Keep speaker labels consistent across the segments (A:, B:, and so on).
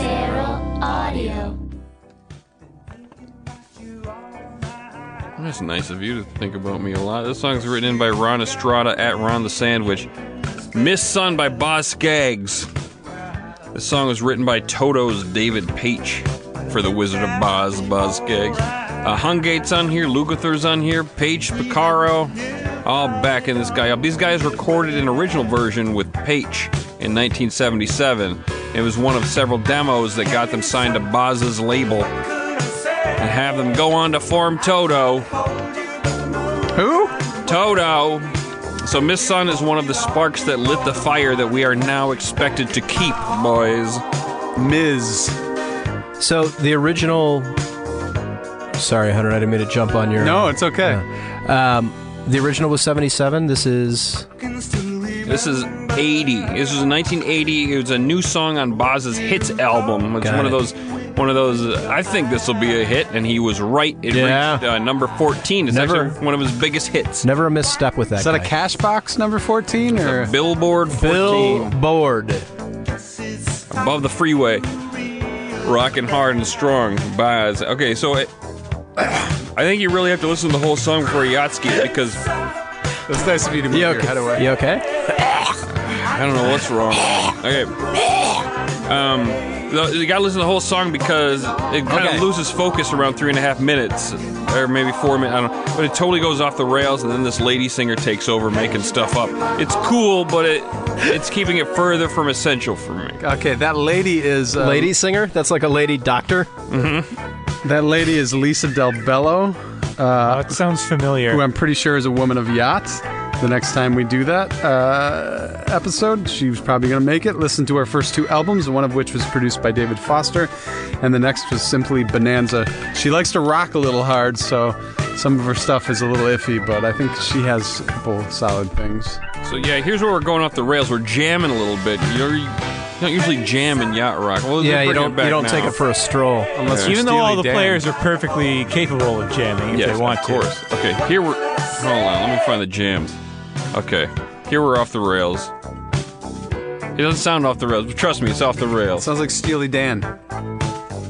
A: Feral Audio.
B: That's nice of you to think about me a lot. This song's written in by Ron Estrada at Ron the Sandwich. Miss Sun by Boss Gags. This song was written by Toto's David Page for The Wizard of Boz, Boz Gags. Uh, Hungate's on here, Lugathor's on here, Page Picaro, all back in this guy up. These guys recorded an original version with Page in 1977. It was one of several demos that got them signed to Boz's label and have them go on to form Toto.
C: Who?
B: Toto. So Miss Sun is one of the sparks that lit the fire that we are now expected to keep, boys.
C: Ms.
D: So the original. Sorry, Hunter, I didn't mean to jump on your.
C: No, it's okay.
D: Um, the original was 77. This is.
B: This is 80. This was 1980. It was a new song on Boz's hits album. It's
D: Got
B: one of
D: it.
B: those one of those uh, I think this will be a hit and he was right. It
D: Yeah.
B: reached uh, number 14. It's
D: Never-
B: actually one of his biggest hits.
D: Never a misstep with that.
C: Is that a
D: guy.
C: cash box number 14 or?
B: Billboard 14
D: Billboard.
B: above the freeway. Rocking hard and strong Boz. Okay, so it, I think you really have to listen to the whole song before Yatsky it because
C: It's nice of you to move
D: You
C: your head away.
D: okay? You okay?
B: I don't know what's wrong. Okay. Um, the- you gotta listen to the whole song because it kind
D: Okay.
B: of loses focus around three and a half minutes, or maybe four minutes. I don't. know. But it totally goes off the rails, and then this lady singer takes over, making stuff up. It's cool, but it it's keeping it further from essential for me.
C: Okay, that lady is uh,
D: lady singer? That's like a lady doctor?
C: That lady is Lisa Del Bello,
E: Oh, it sounds familiar.
C: who I'm pretty sure is a woman of yachts. The next time we do that uh, episode, she's probably going to make it. Listen to her first two albums, one of which was produced by David Foster, and the next was simply Bonanza. She likes to rock a little hard, so some of her stuff is a little iffy, but I think she has a couple solid things.
B: So yeah, here's where we're going off the rails. We're jamming a little bit. You're, you don't usually jam in yacht rock. Well, they're
D: Yeah, you
B: bringing
D: don't
B: it back
D: you don't
B: now.
D: take it for a stroll.
C: Unless
E: Even
C: you're
E: though all
C: Steely
E: the
C: Dan.
E: players are perfectly capable of jamming if
B: Yes,
E: they want
B: of course. Okay, here we're. Hold on, let me find the jams. Okay, here we're off the rails. It doesn't sound off the rails, but trust me, it's off the rails.
C: Sounds like Steely Dan.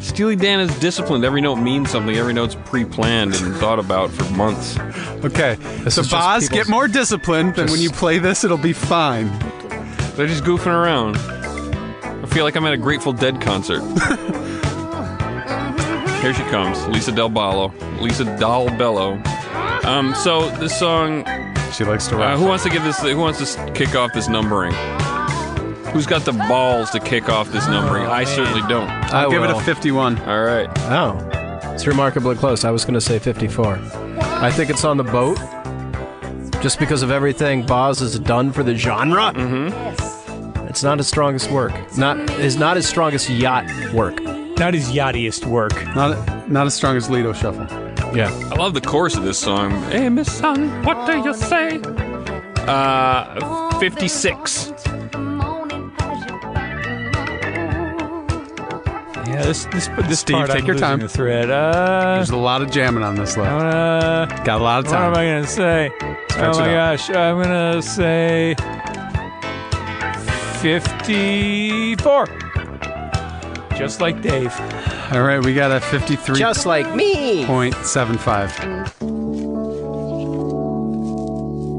B: Steely Dan is disciplined. Every note means something. Every note's pre-planned and thought about for months.
C: Okay, so
D: is just
C: Boz,
D: people's-
C: get more disciplined, and when you play this, it'll be fine.
B: They're just goofing around. I feel like I'm at a Grateful Dead concert. Here she comes, Lisa Del Ballo, Lisa Dal Bello. Um, so this song
C: She likes to rock.
B: Uh, who wants to give this? Who wants to s- kick off this numbering? Who's got the balls to kick off this numbering? I certainly don't.
D: I
C: I'll give it a
D: will.
C: 51.
B: All right.
D: Oh. It's remarkably close. I was going to say 54. I think it's on the boat. Just because of everything Boz has done for the genre. Mm-hmm. It's not his strongest work. Not is not his strongest yacht work.
E: Not his yachtiest work.
C: Not not as strong as Lido Shuffle.
D: Yeah.
B: I love the chorus of this song. Hey, Miss Sun, what do you say? Uh, 56.
E: Yeah, this this this
C: Steve,
E: part
C: take
E: I'm
C: your
E: losing
C: time.
E: The thread. Uh,
C: There's a lot of jamming on this
E: I'm
C: left.
E: gonna-
C: Got a lot of
E: what am
C: time.
E: I gonna say?
C: Stretch
E: oh my
C: it out.
E: gosh, I'm gonna say fifty-four. Just like Dave.
C: All right, we got a 53.75.
D: Just like me.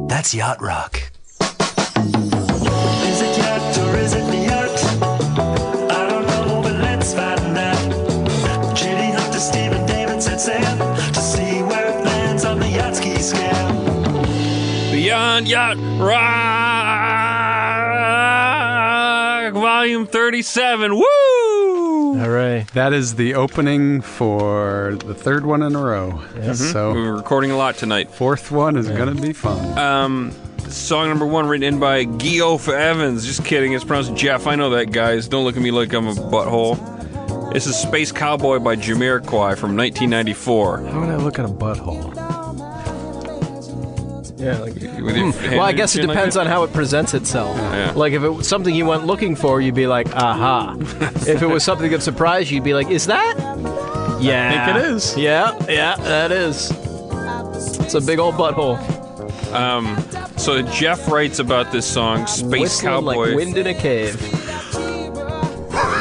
F: That's Yacht Rock.
G: Is it yacht or is it the yacht? I don't know, but let's find out. J.D. Hunter, Stephen David set sail to see where it lands on the yacht ski scale.
B: Beyond Yacht Rock, Volume 37. Woo!
D: Hooray.
C: That is the opening for the third one in a row.
D: Mm-hmm.
B: We
C: So
B: were recording a lot tonight.
C: fourth one is gonna be fun.
B: Um, song number one written in by Geoff Evans. Just kidding, it's pronounced Jeff. I know that, guys. Don't look at me like I'm a butthole. This is Space Cowboy by Jamiroquai from 1994.
D: How would I look at a butthole? Yeah. Like,
B: With your hand
D: Hmm. well, I
B: in
D: guess it
B: your chin like
D: depends
B: that?
D: on how it presents itself.
B: Yeah.
D: Like if it was something you went looking for, you'd be like, "Aha!" if it was something that surprised you, you'd be like, "Is that?" Yeah.
C: think it is.
D: Yeah, yeah, that is. It's a big old butthole.
B: So Jeff writes about this song, Space
D: Whistling
B: Cowboy.
D: like wind in a cave.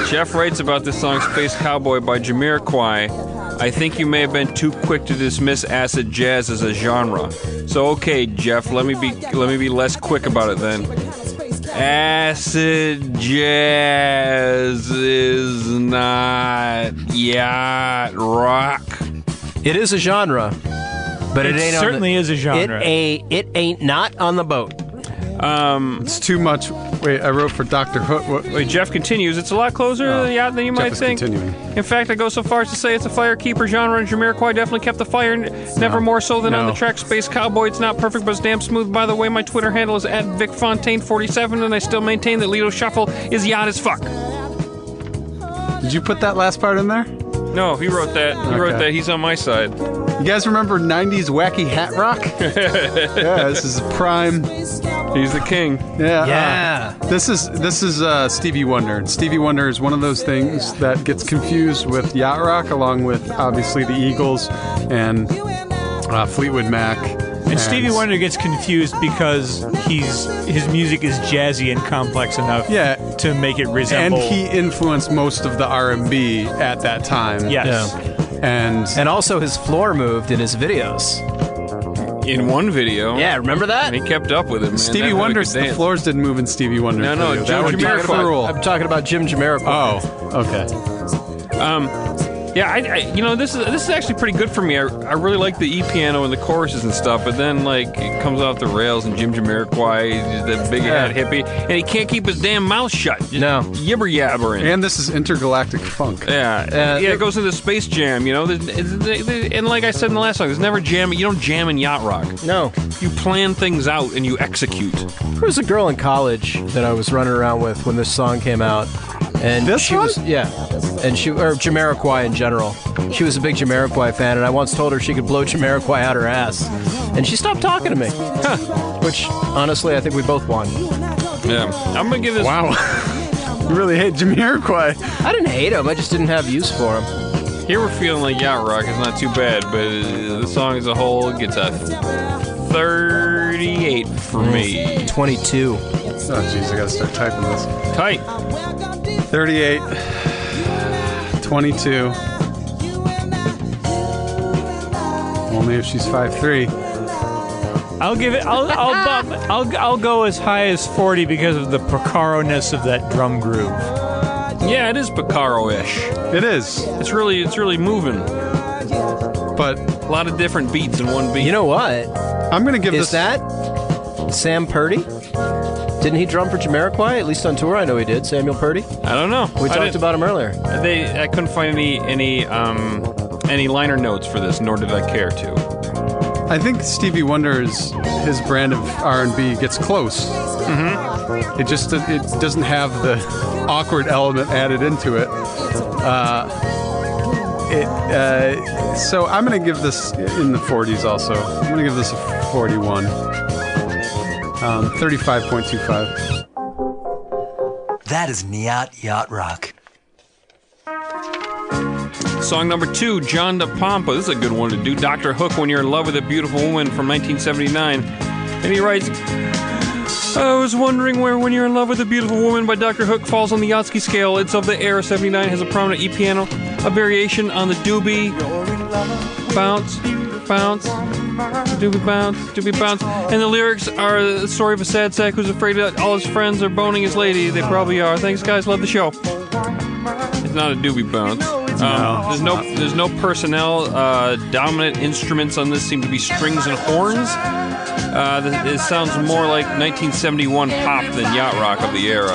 B: Jeff writes about this song Space Cowboy by Jamiroquai. I think you may have been too quick to dismiss acid jazz as a genre. So okay, Jeff, let me be let me be less quick about it then. Acid jazz is not yacht rock.
D: It is a genre, but it,
E: It
D: ain't on the-
E: certainly is a genre.
D: It ain't, it ain't not on the boat.
C: It's too much. Wait, I wrote for Doctor Hook. What,
B: Wait, Jeff continues. It's a lot closer to the yacht than you
C: Oh, Jeff
B: might
C: is
B: think.
C: continuing.
B: In fact, I go so far as to say it's a firekeeper genre, and Jamiroquai definitely kept the fire, n- never more so than on
C: No.
B: the track Space Cowboy. It's not perfect, but it's damn smooth. By the way, my Twitter handle is at VicFontaine47, and I still maintain that Lido Shuffle is yacht as fuck.
C: did you put that last part in there?
B: No, he wrote that. He wrote
C: Okay.
B: that. He's on my side.
C: You guys remember '90s wacky hat rock? yeah, this is prime.
B: He's the king.
C: Yeah. uh,
D: Yeah.
C: this is this is uh, Stevie Wonder. And Stevie Wonder is one of those things that gets confused with yacht rock, along with obviously the Eagles and uh, Fleetwood Mac.
E: And Stevie Wonder gets confused because he's his music is jazzy and complex enough
C: Yeah.
E: to make it
C: And
E: resemble.
C: he influenced most of the R&B at that time.
E: yes.
C: And
D: And also his floor moved in his videos.
B: In one video.
D: Yeah, remember
B: And
D: that?
B: he kept up with it, man. That
C: Stevie
B: boy
C: Wonder's
B: could
C: the
B: dance.
C: floors didn't move in Stevie Wonder.
B: No, no, Joe
C: that would be
B: Jamiroquai.
C: cruel.
D: I'm talking about Jim Jamiroquai.
C: Oh, okay.
B: um, Yeah, I, I you know this is this is actually pretty good for me. I, I really like the E piano and the choruses and stuff, but then like it comes off the rails and Jim Jamiroquai, the big
D: Yeah.
B: hat hippie, and he can't keep his damn mouth shut. Just
D: No.
B: yibber yabbering.
C: And this is intergalactic funk.
B: yeah,
D: Uh,
B: yeah, it goes into Space Jam, you know. The- the- the- And like I said in the last song, there's never jam. You don't jam in yacht rock.
D: No.
B: You plan things out and you execute.
D: There was a girl in college that I was running around with when this song came out. And
C: This
D: she
C: one?
D: was yeah. And she or Jamiroquai in general. She was a big Jamiroquai fan and I once told her she could blow Jamiroquai out her ass. And she stopped talking to me. Which honestly I think we both won.
B: Yeah, I'm gonna give this.
C: Wow. you really hate Jamiroquai.
D: I didn't hate him, I just didn't have use for him.
B: Here we're feeling like yacht rock. It's not too bad, but uh, the song as a whole gets a 38 for me.
D: Twenty two.
C: Oh, jeez, I gotta start typing this.
B: Tight.
C: 38, 22. Only if she's 5'3.
E: I'll give it. I'll I'll, bump, I'll I'll go as high as forty because of the Picaro ness of that drum groove.
B: Yeah, it is Picaro-ish.
C: It is,
B: It's really, it's really moving. A
C: but
B: lot of different beats in one beat.
D: You know what?
C: I'm gonna give
D: Is
C: this.
D: that Sam Purdy? Didn't he drum for Jamiroquai? At least on tour, I know he did. Samuel Purdy.
B: I don't know.
D: We
B: I
D: talked
B: didn't-
D: about him earlier.
B: They, I couldn't find any, any, um, any liner notes for this, nor did I care to.
C: I think Stevie Wonder's his brand of R&B gets close. Mm-hmm. It just it doesn't have the awkward element added into it. Uh, it uh, so I'm gonna give this in the 40s. Also, I'm gonna give this a 41. Um, 35.25.
F: That is Nyat Yacht Rock.
B: Song number two, John DePompa. This is a good one to do. Dr. Hook, When You're in Love with a Beautiful Woman from 1979. And he writes, I was wondering where When You're in Love with a Beautiful Woman by Dr. Hook falls on the Yatsky scale. It's of the Air 79, has a prominent E piano, a variation on the doobie, bounce, bounce, doobie bounce, doobie bounce. And the lyrics are the story of a sad sack who's afraid that all his friends are boning his lady. They probably are. Thanks, guys. Love the show. It's not a doobie bounce. Um, there's no there's no personnel. Uh, dominant instruments on this seem to be strings and horns. Uh, th- it sounds more like 1971 pop than yacht rock of the era.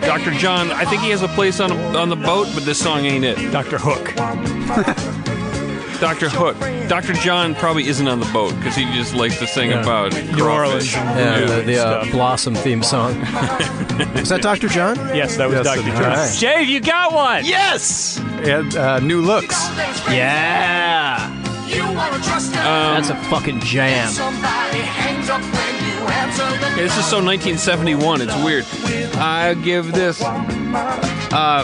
B: Dr. John, I think he has a place on on the boat, but this song ain't it.
E: Dr. Hook.
B: Dr. Hook, Dr. John probably isn't on the boat because he just likes to sing about
E: New Orleans.
B: crawfish.
D: Yeah, the, the uh,
E: Stuff.
D: Blossom theme song. Is that Dr. John?
E: Yes, that was
C: Yes,
E: Dr.
C: it
E: John.
D: is.
E: Dave, you got one.
C: Yes, and uh, new looks.
B: Ah!
D: Yeah.
C: Um,
D: That's a fucking jam.
B: Okay, this is so 1971. It's weird. I give this uh,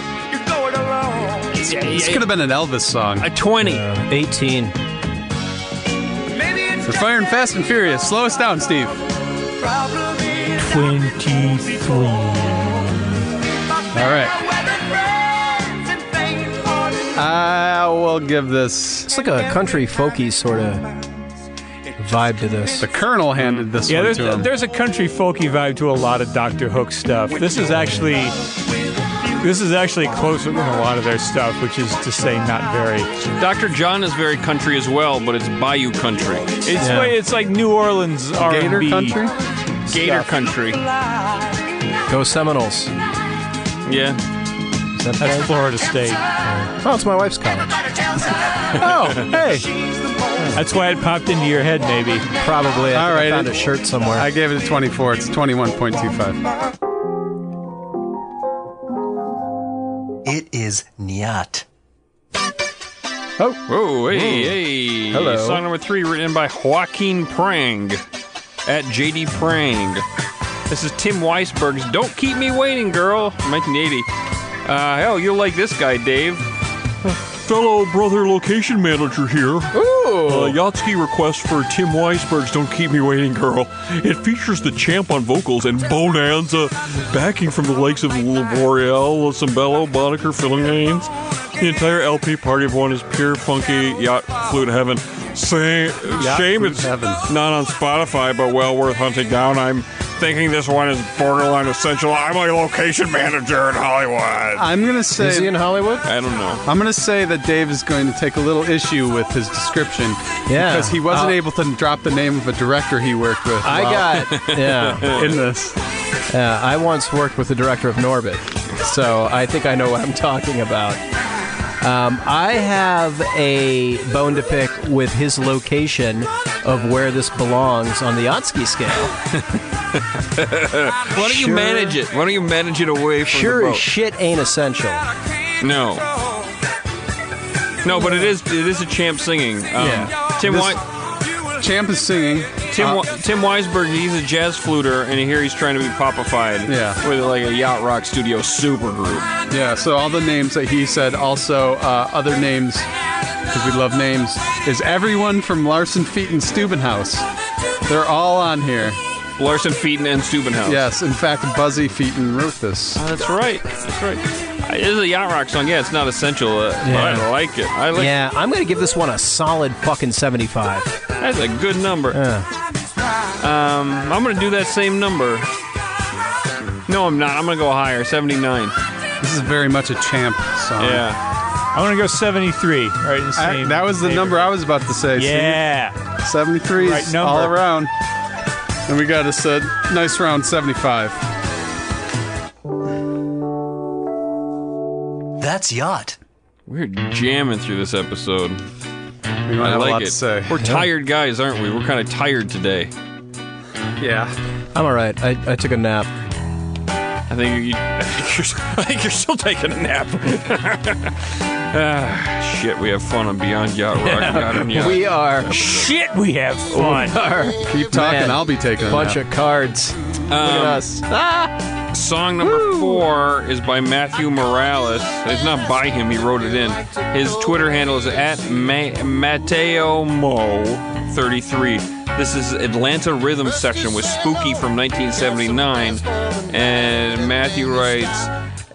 C: This could have been an Elvis song.
B: a 20.
D: 18.
C: We're firing fast and furious. Slow us down, Steve.
E: Twenty-three.
C: All right. I'll give this.
D: It's like a country folky sort of vibe to this.
C: The Colonel handed this
E: Mm. Yeah,
C: one
E: there's,
C: to him.
E: there's a country folky vibe to a lot of Doctor Hook stuff. This is actually this is actually closer than a lot of their stuff, which is to say not very.
B: Dr. John is very country as well, but it's Bayou country,
E: It's way- it's like New Orleans R and
C: Gator
E: B.
C: Country.
B: Gator country.
D: Go Seminoles.
B: Yeah,
D: Is that
E: That's
D: the
E: Florida State.
D: Oh, it's my wife's college.
C: Oh, hey.
E: That's why it popped into your head, maybe.
C: All
D: Probably. I think I
C: right,
D: found
C: it-
D: a shirt somewhere.
C: I gave it a 24. It's 21.25.
F: It is Nyat.
C: Oh,
B: Whoa,
D: Hmm.
B: hey, hey.
C: Hello.
B: Song number three, written by Joaquin Prang at JD Prang. This is Tim Weisberg's Don't Keep Me Waiting, Girl, 1980. Uh, hell, you'll like this guy, Dave.
H: Fellow brother location manager here.
C: ooh.
H: Uh, Yatsky request for Tim Weisberg's Don't Keep Me Waiting Girl. It features the champ on vocals and Bonanza backing from the likes of L'Oreal, Cimbello, Boddicker, filling names. The entire LP party of one is pure, funky yacht flute heaven. Say, shame
C: flute
H: it's
C: heaven.
H: not on Spotify, but well worth hunting down. I'm thinking this one is borderline essential. I'm a location manager in Hollywood.
C: I'm going to
D: is he
C: say.
D: in Hollywood?
B: I don't know.
C: I'm going to say that Dave is going to take a little issue with his description.
D: Yeah.
C: Because he wasn't
D: Uh,
C: able to drop the name of a director he worked with.
D: I got. Yeah.
C: got in this.
D: Yeah, I once worked with the director of Norbit, so I think I know what I'm talking about. Um, I have a bone to pick with his location of where this belongs on the Otsky scale.
B: Why don't you
D: Sure.
B: manage it? Why don't you manage it away from the
D: Sure
B: boat?
D: as shit ain't essential.
B: No. No, but it is it is a champ singing. Um,
D: Yeah.
B: Tim
C: This-
B: Wei-
C: Champ is singing.
B: Tim,
C: Uh,
B: Wa- Tim Weisberg, he's a jazz fluter, and here he's trying to be popified.
C: Yeah.
B: With like a yacht rock studio supergroup.
C: Yeah, so all the names that he said, also uh, other names, because we love names, is everyone from Larson, Feet, and Steubenhouse. They're all on here.
B: Larson Featon and Steubenhouse.
C: Yes, in fact, Buzzy Featon wrote this.
B: That's right. That's right. Uh, It is a yacht rock song. Yeah, it's not essential, uh, but I like it. I like
D: Yeah, I'm gonna give this one a solid fucking 75.
B: That's a good number.
D: Yeah.
B: Um, I'm going to do that same number. No, I'm not. I'm going to go higher. 79.
C: This is very much a champ song.
B: Yeah.
E: I want to go 73. Right, in the
C: I-
E: same
C: that was the
E: neighborhood.
C: number I was about to say.
E: Yeah.
C: 73
E: Right number.
C: all around. And we got us a nice round 75.
F: That's Yacht.
B: We're jamming through this episode.
C: We don't
B: I
C: have a lot
B: like
C: to
B: it.
C: say.
B: We're tired guys, aren't we? We're kind of tired today.
C: Yeah.
D: I'm alright. I, I took a nap.
B: I think you, I think you're, I think you're still taking a nap. ah, shit, we have fun on Beyond Yacht Rock. Yacht and Yacht.
D: We are a
E: Shit, we have fun.
C: Keep talking, I'll be taking a
D: bunch
C: nap.
D: of cards. Look at us. Ah!
B: Song number four is by Matthew Morales. It's not by him, he wrote it in. His Twitter handle is at Ma- Mateo Mo 33. This is Atlanta Rhythm Section with Spooky from 1979. And Matthew writes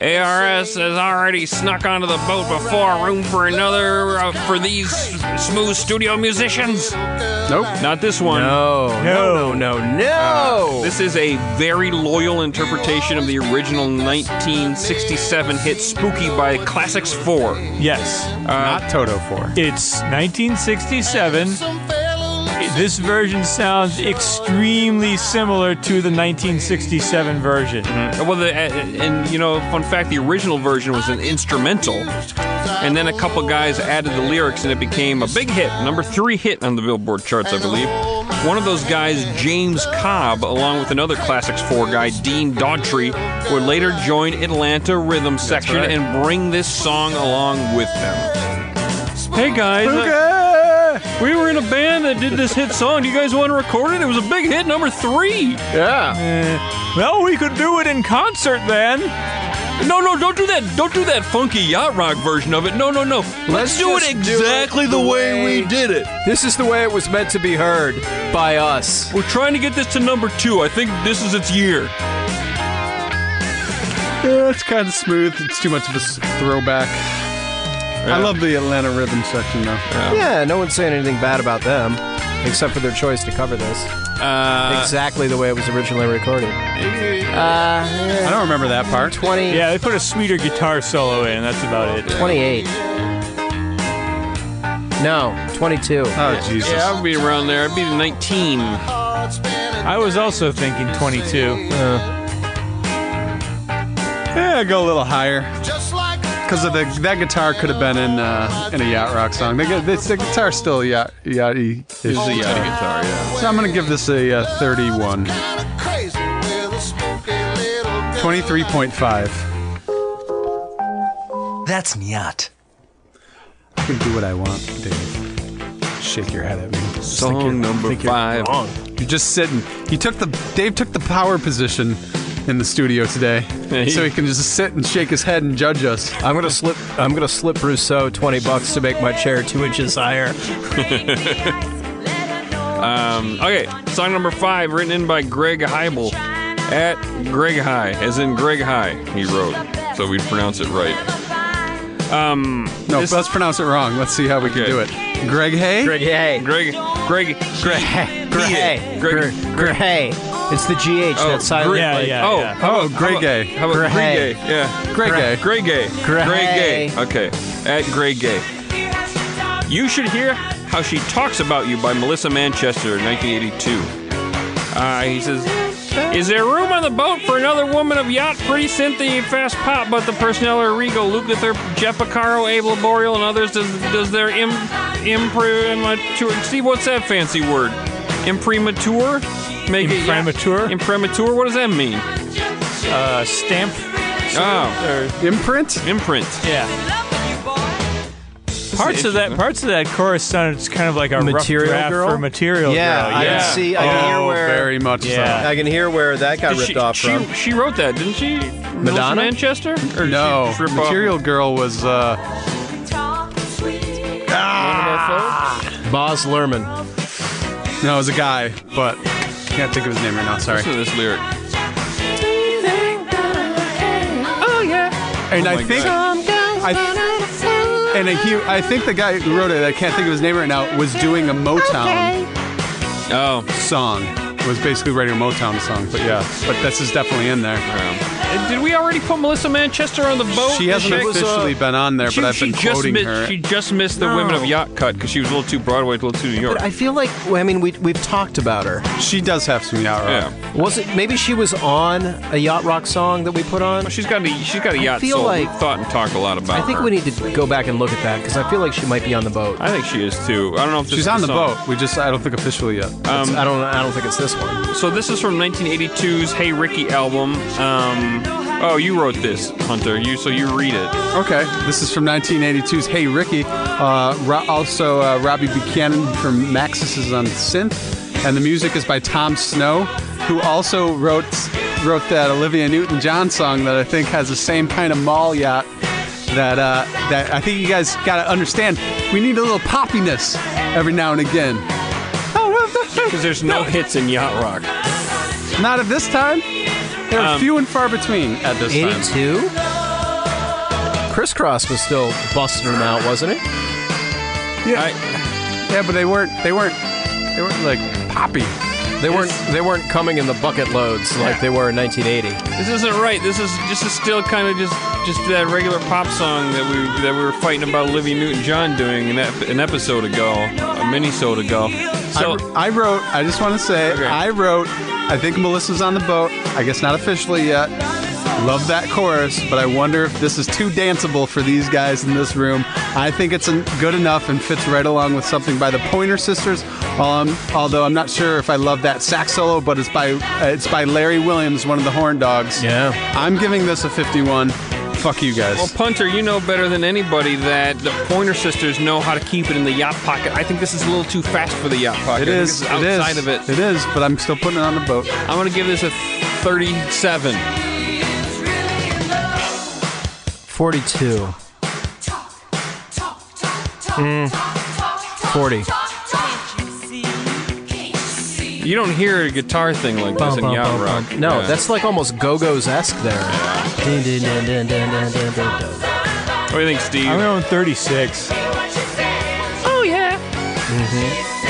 B: ARS has already snuck onto the boat before. Room for another uh, for these smooth studio musicians?
C: Nope.
B: Not this one.
D: No, no, Uh, no, no, no.
B: This is a very loyal interpretation of the original 1967 hit Spooky by Classics Uh, 4.
E: Yes.
C: Not Toto 4.
E: It's 1967. This version sounds extremely similar to the 1967 version.
B: Well, the, uh, and you know, fun fact the original version was an instrumental, and then a couple guys added the lyrics and it became a big hit, number three hit on the Billboard charts, I believe. One of those guys, James Cobb, along with another Classics 4 guy, Dean Daughtry, would later join Atlanta Rhythm Section
C: right.
B: and bring this song along with them. Hey guys, We were in a band that did this hit song. Do you guys want to record it? It was a big hit, number three. Eh,
C: Yeah.
E: Well, we could do it in concert then.
B: No, no, don't do that. Don't do that funky yacht rock version of it. No, no, no. Let's, do it
D: just do it
B: exactly
D: the
B: the way,
D: way-
B: we did it.
D: This is the way it was meant to be heard by us.
B: We're trying to get this to number two. I think this is its year.
C: yeah. It's kind of smooth. It's too much of a s- throwback. I love the Atlanta rhythm section though.
D: Yeah, no one's saying anything bad about them, except for their choice to cover this.
B: Uh,
D: exactly the way it was originally recorded.
C: I don't remember that part.
D: 20,
E: Yeah, they put a sweeter guitar solo in. That's about it.
D: 28. No, 22.
C: Oh Jesus.
B: yeah, I would be around there. I'd be 19.
E: I was also thinking 22.
C: Yeah, I'd go a little higher. Because of the that guitar could have been in uh, in a yacht rock song. The, gu- this, the guitar's still yacht yachty.
B: This is a Yeti guitar, yeah.
C: So I'm gonna give this a uh, 31, 23.5.
F: That's Nyat.
C: I can do what I want, Dave. Shake your head at me. Just think
B: Song
C: you're-
B: number
C: think you're
B: five.
C: wrong. You're just sitting. He took the Dave took the power position in the studio today,
B: Yeah, he-
C: so he can just sit and shake his head and judge us.
D: I'm gonna slip. I'm gonna slip Rousseau 20 bucks to make my chair two inches higher.
B: Um, okay, song number five, written in by Greg Heibel. At Greg High, as in Greg High, he wrote. So we pronounce it right. Um,
C: No,
B: this-
C: let's pronounce it wrong. Let's see how we can
B: Okay.
C: do it. Greg Hay.
D: Greg Hay.
B: Greg, Greg, Greg,
D: Greg
B: Hay.
D: Hay.
B: Greg-
D: Greg Hay. It's the GH
B: Oh,
D: that's silent.
B: Greg-
E: Yeah,
D: like-
E: yeah.
B: Oh, how
C: Oh,
B: about-
C: Greg
B: how about-
C: Hay.
B: How about
D: Greg
B: Greg
D: Hay.
B: Gay? Yeah.
C: Greg Hay.
B: Greg Gay.
D: Gray.
B: Gay. Okay. At Greg Gay. You should hear how she talks about you by Melissa Manchester, 1982. Uh, he says, "Is there room on the boat for another woman of yacht, pretty Cynthia, fast pop, but the personnel are regal, Lukather, Jepicaro, Abel Boreal, and others? Does does their im, imprimatur? See what's that fancy word? Imprimatur? Make it yacht-
E: Imprimatur?
B: Imprimatur? What does that mean?
E: Uh, stamp.
B: Oh,
E: Or,
C: Imprint.
B: imprint.
E: yeah. Parts
B: is
E: of that parts of that chorus sounds kind of like a
D: Material
E: rough draft
D: Girl?
E: for material
D: Yeah,
E: girl.
D: I
E: Oh, Yeah.
D: can see. I can hear
C: Oh,
D: where.
C: very much
E: Yeah.
D: I can hear where that got ripped
B: she,
D: off
B: she,
D: from.
B: she wrote that, didn't she? Melissa
D: Madonna?
B: Manchester? Or
C: so.
B: did she
C: No,
B: just rip off
C: Material Girl was. uh
B: one of our folks?
D: Boz Lerman.
C: No, it was a guy, but can't think of his name right now. Sorry.
B: Listen to this lyric.
C: And
B: Oh
C: I
B: my
C: think
B: God.
C: I and he, I think the guy who wrote it, I can't think of his name right now, was doing a Motown
B: Oh,
C: song. Was basically writing a Motown song, but yeah, but this is definitely in there.
B: um, did we already put Melissa Manchester on the boat?
C: She hasn't
B: Check.
C: officially been on there,
B: uh, She,
C: but I've
B: she
C: been
B: just
C: quoting
B: missed,
C: her.
B: She just missed the Women of Yacht cut because she was a little too Broadway, a little too New York.
D: But I feel like. well, I mean, we we've talked about her.
C: She does have some yacht rock.
B: yeah,
D: Was it maybe she was on a yacht rock song that we put on?
B: she's got a she's got a yacht
D: feel
B: soul.
D: like-
B: We've thought and talked a lot about.
D: I think
B: her.
D: we need to go back and look at that because I feel like she might be on the boat.
B: I think she is too. I don't know if this
C: She's
B: is
C: on the
B: song. Um,
C: boat. We just, I don't think officially yet.
D: It's- I don't. I don't think it's this one.
B: So this is from 1982's Hey Ricky album. Um, oh, you wrote this, Hunter. You so you read it.
C: Okay, this is from 1982's Hey Ricky. Uh, Ro- also, uh, Robbie Buchanan from Maxis is on synth, and the music is by Tom Snow, who also wrote wrote that Olivia Newton-John song that I think has the same kind of mall yacht. That uh, that I think you guys gotta understand. We need a little poppiness every now and again. Oh,
B: Because there's no hits in yacht rock.
C: Not at this time. They're few and far between at this time.
D: Eighty-two. Crisscross was still busting them out, wasn't it?
B: I,
C: Yeah, but they weren't. They weren't. They weren't like poppy.
D: They weren't. They weren't coming in the bucket loads like they were in 1980.
B: This isn't right. This is this is still kind of just just that regular pop song that we that we were fighting about Olivia Newton-John doing an, ep- an episode ago, a mini-sode ago. So
C: I wrote, I just want to say,
B: Okay.
C: I wrote, I think Melissa's on the boat. I guess not officially yet. Love that chorus, but I wonder if this is too danceable for these guys in this room. I think it's en- good enough and fits right along with something by the Pointer Sisters. Um, although I'm not sure if I love that sax solo, but it's by uh, it's by Larry Williams, one of the Horn Dogs.
D: Yeah.
C: I'm giving this a 51. Fuck you guys.
B: well, punter, you know better than anybody that the Pointer Sisters know how to keep it in the yacht pocket. I think this is a little too fast for the yacht pocket.
C: it
B: I think
C: is.
B: this
C: it is.
B: outside of it.
C: It is, but I'm still putting it on the boat.
B: I'm gonna give this a 37.
D: 42.
C: Mm.
D: 40.
B: You don't hear a guitar thing like this in yacht rock.
D: No,
B: Yeah.
D: that's like almost Go Go's esque there. Dun, dun, dun, dun, dun, dun, dun, dun, dun.
B: What do you think, Steve?
E: I'm going 36.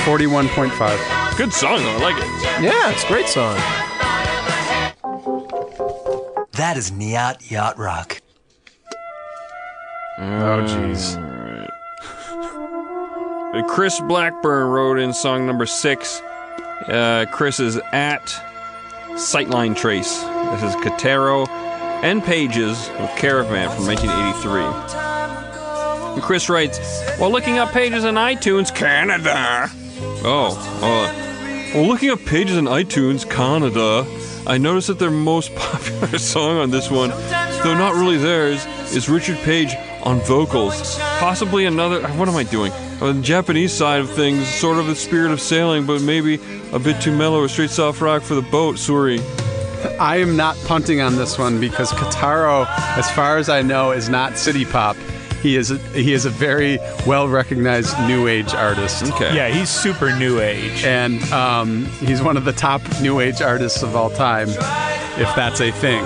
C: Forty-one point five.
B: Good song, though. I like it.
D: Yeah, it's a great song.
F: That is Niat Yacht Rock.
C: Oh, jeez.
B: But Uh, Chris Blackburn wrote in song number six. Uh, Chris is at Sightline Trace. This is Katero and Pages of Caravan from 1983. And Chris writes, while looking up pages in iTunes, Canada.
H: Oh, uh, well, looking up pages in iTunes Canada, I noticed that their most popular song on this one, though not really theirs, is Richard Page on vocals. Possibly another. What am I doing? On the Japanese side of things, sort of the spirit of sailing, but maybe a bit too mellow or straight soft rock for the boat. Sorry.
C: I am not punting on this one because Kataro, as far as I know, is not city pop. He is a, he is a very well recognized new age artist.
B: Okay.
E: Yeah, he's super new age.
C: and um, he's one of the top new age artists of all time, if that's a thing.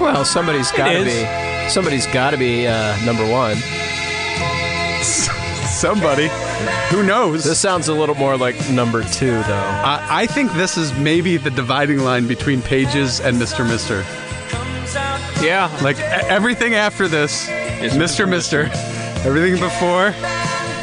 D: Well, somebody's got to
E: is.
D: be. Somebody's got to be uh, number one.
C: Somebody who knows.
D: This sounds a little more like number two, though.
C: I, I think this is maybe the dividing line between Pages and Mr. Mister.
B: Yeah.
C: Like e- everything after this,
B: It's
C: Mr. Mister. Everything before,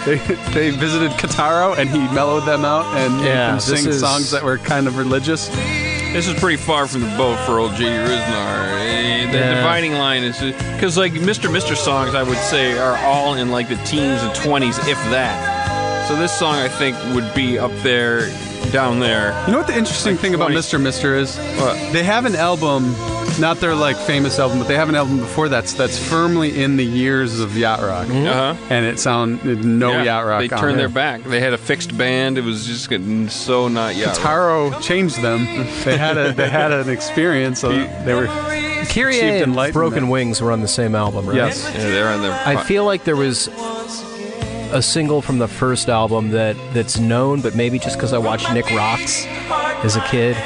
C: they, they visited Kataro and he mellowed them out and made
D: Yeah,
C: them
D: this
C: sing
D: is-
C: songs that were kind of religious.
B: This is pretty far from the boat for old J.D. Riznar. Eh, The
D: Yeah.
B: dividing line is because, like, Mr. Mister songs, I would say, are all in like the teens and twenties, if that. So this song, I think, would be up there, down there.
C: You know what the interesting thing about
B: 20.
C: Mr. Mister is? They have an album, not their like famous album, but they have an album before that's that's firmly in the years of yacht rock,
D: Mm-hmm.
B: Uh huh.
D: Uh-huh.
C: and it sounded no Oh, yacht rock.
B: They
C: on
B: turned
C: it.
B: their back. They had a fixed band. It was just getting so not yacht rock.
C: Taro changed them. They had a they had an experience. So they were
D: Kyrie
C: Achieved
D: and
C: enlightenment.
D: Broken Wings were on the same album, right?
C: yes.
B: Yeah, they're on their.
D: I feel like there was a single from the first album that that's known, but maybe just because I watched Nick Rocks as a kid.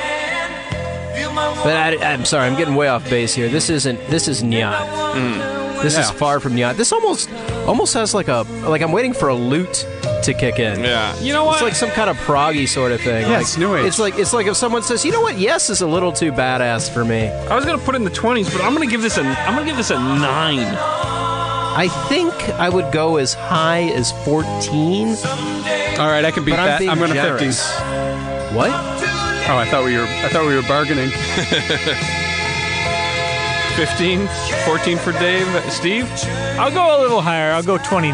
D: But I, am sorry, I'm getting way off base here. This isn't. This is Nyacht.
B: Mm.
D: This is
C: Yeah.
D: far from Nyacht. This almost almost has like a like I'm waiting for a lute to kick in.
B: Yeah. You know
D: It's
B: what?
D: like some kind of proggy sort of thing.
C: Yeah,
D: like,
C: it's new age.
D: It's like it's like if someone says, you know what, yes is a little too badass for me.
B: I was gonna put it in the twenties, but I'm gonna give this a. I'm gonna give this a nine.
D: I think I would go as high as 14.
C: All right, I can beat
D: But I'm
C: that.
D: being
C: I'm going to fifty.
D: generous. What?
C: Oh, I thought we were I thought we were bargaining.
B: 15, 14 for Dave. Steve.
E: I'll go a little higher. I'll go 29.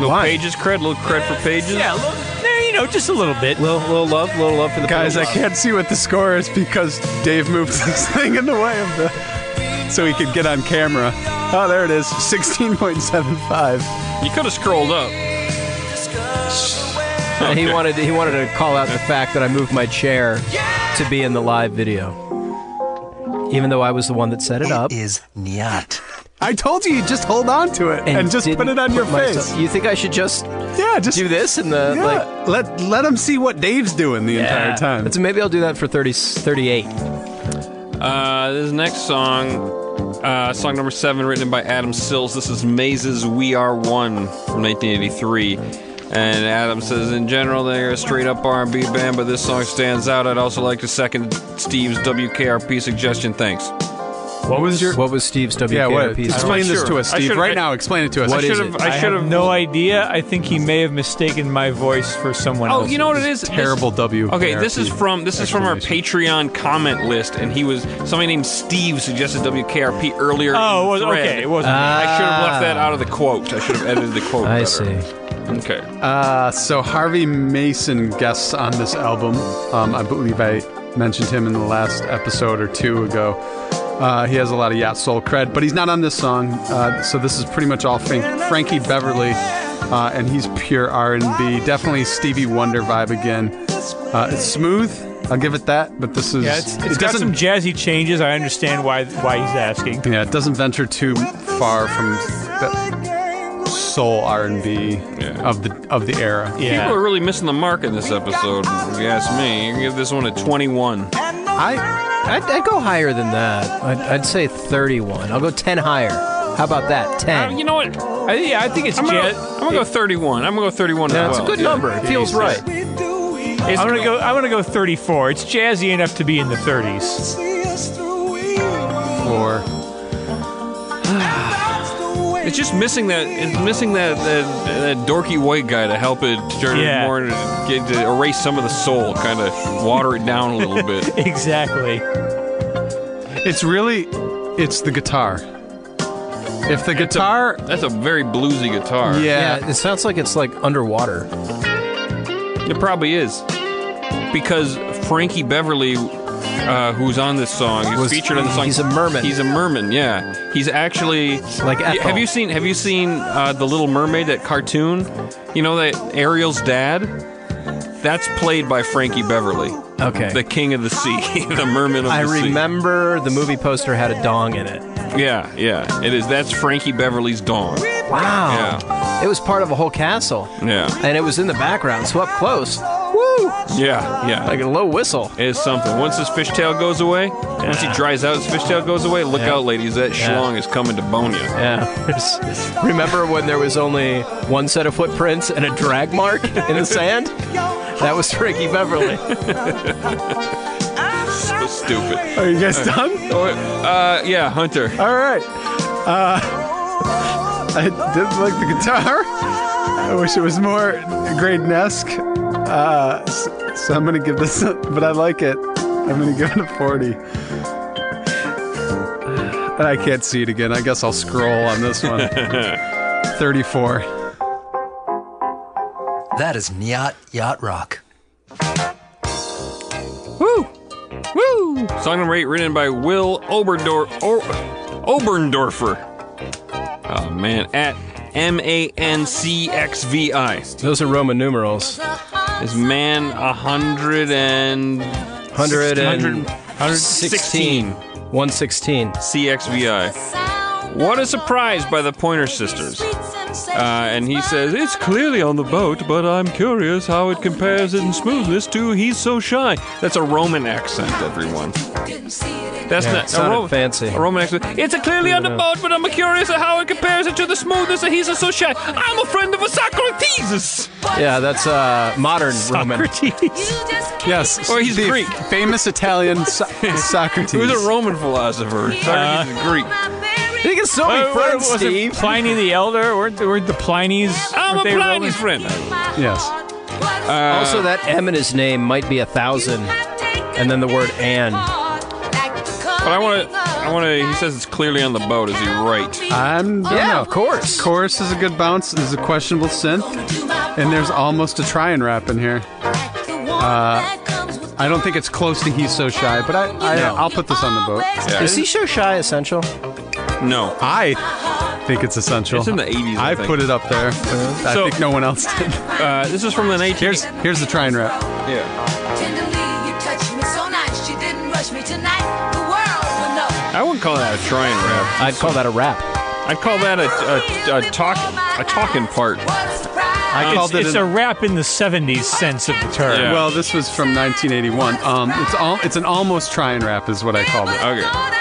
B: Little pages cred. Little cred for pages.
E: Yeah, a little, eh, you know, just a little bit.
D: Little, little love, little love for the
C: Guys, I
D: Pokemon.
C: can't see what the score is because Dave moved this thing in the way of the so he could get on camera. Oh, there it is. 16.75.
B: You could have scrolled up.
D: He wanted, he wanted to call out the fact that I moved my chair to be in the live video, even though I was the one that set it up.
F: It is Niat.
C: I told you, you just hold on to it and, just put
D: didn't
C: it on your
D: myself-
C: face.
D: You think I should just
C: Yeah, just
D: do this and the
C: Yeah.
D: like?
C: let let them see what Dave's doing the entire time.
D: That's- maybe I'll do that for 30, 38.
B: Uh, this next song, uh, song number seven, written by Adam Sills. This is Maze's "We Are One" from 1983. And Adam says, in general, they're a straight-up R&B band, but this song stands out. I'd also like to second Steve's WKRP suggestion. Thanks.
C: what was your?
D: What was Steve's WKRP?
C: yeah, what?
D: song?
C: Explain this
B: sure.
C: to us,
B: I
C: Steve.
B: should've-
C: Right
B: I-
C: now, explain it to us.
B: I
D: What is
B: should've-
D: it?
E: I,
B: I should
E: have
B: have.
E: no idea. I think he may have mistaken my voice for someone
B: Oh,
E: else's.
B: you know what it is?
C: Terrible W.
B: Okay, this is from this is from our Patreon comment list, and he was somebody named Steve suggested WKRP earlier.
E: Oh, it was,
B: in the thread.
E: okay. It wasn't.
B: I should have left that
D: Ah.
B: out of the quote. I should have edited the quote.
D: I
B: better.
D: see.
B: Okay.
C: Uh, so Harvey Mason guests on this album. Um, I believe I mentioned him in the last episode or two ago. Uh, he has a lot of yacht soul cred, but he's not on this song. Uh, so this is pretty much all Frank- Frankie Beverly, uh, and he's pure R and B. Definitely Stevie Wonder vibe again. Uh, it's smooth. I'll give it that. But this is
E: yeah, it's, it's got some jazzy changes. I understand why why he's asking.
C: Yeah, it doesn't venture too far from the soul R and B of the of the era.
B: People
E: Yeah.
B: are really missing the mark in this episode, if you ask me. You can give this one a 21.
C: I
D: I'd, I'd go higher than that. I'd, I'd say 31. I'll go 10 higher. How about that? 10.
B: Uh, you know what?
E: I, yeah, I think it's
B: I'm gonna,
E: jet.
B: I'm gonna go 31. I'm gonna go 31.
D: yeah,
B: as
D: it's a
B: well.
D: good
B: Yeah.
D: number. It feels right.
E: I'm gonna go. I'm gonna go 34. It's jazzy enough to be in the 30s.
C: Or
B: It's just missing that. It's missing that, that that dorky white guy to help it turn
E: Yeah.
B: it more to get to erase some of the soul, kind of water it down a little bit.
E: Exactly.
C: it's really it's the guitar. If the guitar,
B: That's a very bluesy guitar.
C: yeah,
D: Yeah, it sounds like it's like underwater.
B: It probably is. Because Frankie Beverly, uh, who's on this song, is
D: Was-
B: featured on the song.
D: he's a merman.
B: He's a merman. Yeah, he's actually
D: Like
B: Yeah,
D: Ethel.
B: Have you seen Have you seen uh, the Little Mermaid that cartoon? You know that Ariel's dad. That's played by Frankie Beverly,
D: Okay.
B: the king of the sea, the merman of
D: I
B: the sea.
D: remember the movie poster had a dong in it.
B: Yeah, yeah. It is. That's Frankie Beverly's dong.
D: Wow. It was part of a whole castle.
B: Yeah,
D: And it was in the background, so up close. Woo!
B: yeah, yeah.
D: Like a low whistle.
B: It is something. Once his fishtail goes away, once he dries out, his fishtail goes away. Look
D: Yeah.
B: out, ladies! That schlong is coming to bone you.
D: Yeah. Remember when there was only one set of footprints and a drag mark in the sand? That was Frankie Beverly.
B: So stupid.
C: are you guys done?
B: Oh, uh, yeah, Hunter.
C: All right. Uh, I did like the guitar. I wish it was more Graydon esque. Uh, s- so I'm gonna give this, a, but I like it. I'm gonna give it a 40. And I can't see it again. I guess I'll scroll on this one. 34.
F: That is Nyat Yacht Rock.
B: Song number eight, written by Will Oberdor- or- Oberndorfer. Oh man, at M A N C X V I.
D: Those are Roman numerals.
B: Is man a hundred and
D: 100 and
B: 116.
D: 116.
B: CXVI? What a surprise by the Pointer Sisters. Uh, and he says, It's clearly on the boat, but I'm curious how it compares in smoothness to He's So Shy. That's a Roman accent, everyone. That's
D: Yeah, it
B: not a,
D: sounded
B: Ro-
D: fancy.
B: a Roman accent. It's a clearly on the boat, but I'm curious at how it compares it to the smoothness of He's So Shy. I'm a friend of a Socrates.
D: Yeah, that's uh, modern Roman.
C: Yes.
B: Or Oh, he's
C: the
B: Greek.
C: Famous Italian so- Socrates.
B: Who's a Roman philosopher?
D: Uh,
B: Socrates is Greek.
D: You can still
E: Uh,
D: be friends,
E: was it
D: Steve.
E: Pliny the Elder. Weren't, weren't the Pliny's?
B: I'm
E: weren't
B: a
E: they
B: Pliny's
E: Roman?
B: friend.
C: Yes.
B: Uh,
D: also, that M in his name might be a thousand. And then the word and.
B: But I want to, I want to, he says it's clearly on the boat. Is he right?
C: I'm, I don't
D: Yeah,
C: know.
D: of course.
C: Chorus is a good bounce. Is a questionable synth. And there's almost a try and rap in here. I don't think it's close to He's So Shy, but I, I I'll put this on the boat.
B: Yeah.
D: Is he so shy essential?
B: No.
C: I think it's essential.
B: It's in the 80s, I
C: I,
B: think.
C: put it up there. I
B: So-
C: think no one else did.
B: Uh, this is from the 19.
C: Here's here's the try and rap.
B: yeah.
I: I'd
B: I wouldn't call that a try and rap.
D: I'd call that a rap.
B: I'd call that a, a, a talk a talking part.
C: I
E: It's,
C: called it.
E: it's
C: an-
E: a rap in the 70s sense of the term.
B: Yeah.
C: well, this was from 1981. Um, it's all it's an almost try and rap is what I called it.
B: Okay.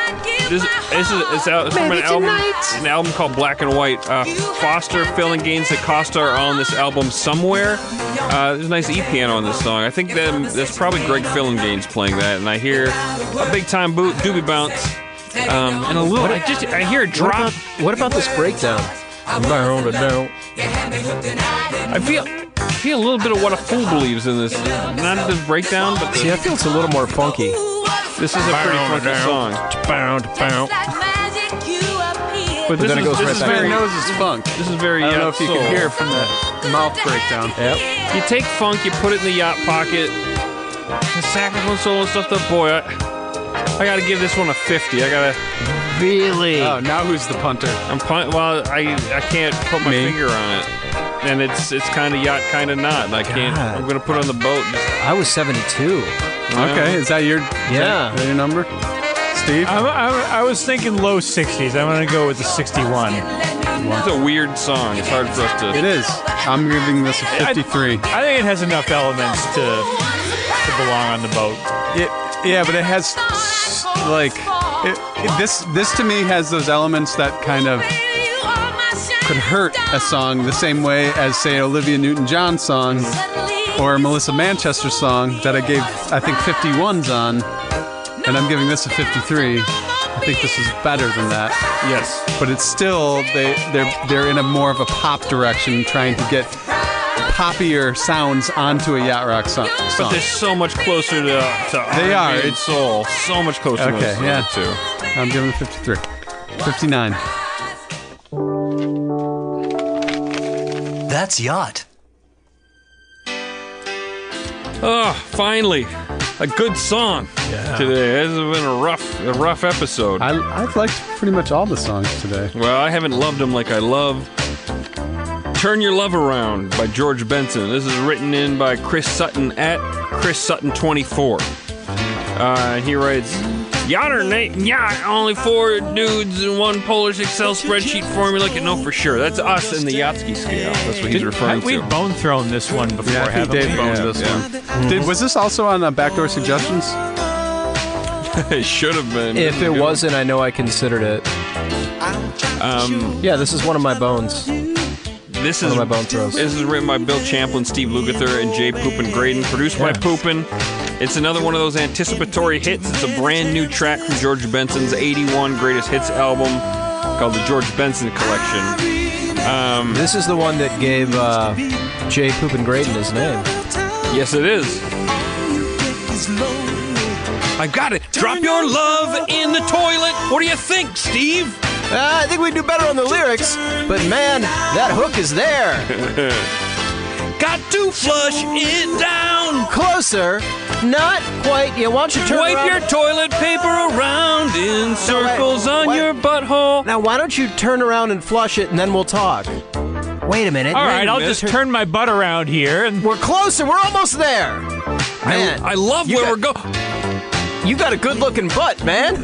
B: This, this is it's, out, it's from an album, an album called Black and White. Uh, Foster, Phil, and Gaines Acosta are on this album somewhere. Uh, there's a nice E piano on this song. I think that that's probably Greg Phil and Gaines playing that, and I hear a big time boot doobie bounce, um, and a little. I just I hear a
D: What
B: drop.
D: about, what about this breakdown? Down to down.
B: I feel I feel a little bit of what a fool believes in this. Not the breakdown, but
D: See, I
B: the,
D: feel it's a little more funky.
B: this is a pretty funky song. But
D: But
B: this
D: then it
B: is,
D: goes
B: this
D: right
B: is
D: back.
B: very
C: My nose is funk.
B: This is very.
C: I don't
B: yacht
C: know if you
B: soul.
C: can hear from the mouth breakdown.
D: Yep.
B: You take funk, you put it in the yacht pocket. The saxophone solo and stuff. Though, boy, I, I gotta give this one a fifty. I gotta.
D: Really?
C: Oh, now who's the punter?
B: I'm pun- well. I I can't put my
C: Me.
B: finger on it. And it's it's kind of yacht, kind of not. And I can't.
D: God.
B: I'm gonna put it on the boat.
D: I was 72.
C: Okay, is that your is that-
D: Yeah.
C: is that your number, Steve?
E: I'm, I'm, I was thinking low 60s. I'm going to go with the 61.
B: It's a weird song. It's hard for us to.
C: it is. I'm giving this a
E: I-
C: 53.
E: I think it has enough elements to to belong on the boat.
C: It Yeah, but it has s- like it, it- this. This to me has those elements that kind of could hurt a song the same way as say Olivia Newton-John song or a Melissa Manchester song that I gave I think 51s on, and I'm giving this a 53. I think this is better than that.
B: Yes.
C: but it's still they they're they're in a more of a pop direction, trying to get poppier sounds onto a yacht rock song. song.
B: They're so much closer to, to R&B
C: They are,
B: and
C: it's-
B: soul. So much closer. to
C: Okay,
B: those
C: yeah.
B: other Two.
C: I'm giving it 53, 59.
F: That's yacht.
B: Oh, finally, a good song today. This has been a rough, a rough episode.
C: I I've liked pretty much all the songs today.
B: well, I haven't loved them like I love. Turn Your Love Around by George Benson. This is written in by Chris Sutton at Chris Sutton 24. Uh, and he writes, Yacht or Nate? Yacht, only four dudes in one Polish Excel spreadsheet formula can know for sure. That's us in the Yatsky scale. That's what he's referring
E: Haven't we
B: to.
E: bone thrown this one before,
C: Yeah, I think
E: haven't
C: Dave
E: we?
C: boned this one. Did, was this also on uh, Backdoor Suggestions?
B: it should have been.
D: If it
B: Good.
D: wasn't, I know I considered it.
B: Um,
D: Yeah, this is one of my bones.
B: This
D: One
B: is
D: of my bone throws.
B: This is written by Bill Champlin, Steve Lukather, and Jay Poopin Graydon. Produced by Poopin. It's another one of those anticipatory hits. It's a brand new track from George Benson's '81 Greatest Hits album called the George Benson Collection.
D: This is the one that gave uh, Jay Poopin Graydon his name.
B: Yes, it is. I got it. Drop your love in the toilet. What do you think, Steve?
D: Uh, I think we do better on the lyrics, but man, that hook is there.
B: Got to flush it down.
D: Closer, not quite. Yeah, why don't you turn
B: Wipe
D: around?
B: your toilet paper around in circles on
D: What?
B: your butthole.
D: now, why don't you turn around and flush it, and then we'll talk.
F: Wait a minute.
E: All right, I'll
B: Miss-
E: just turn my butt around here and
D: We're closer. We're almost there. Man,
B: I love
D: you
B: where
D: got-
B: we're going.
D: You got a good-looking butt, man.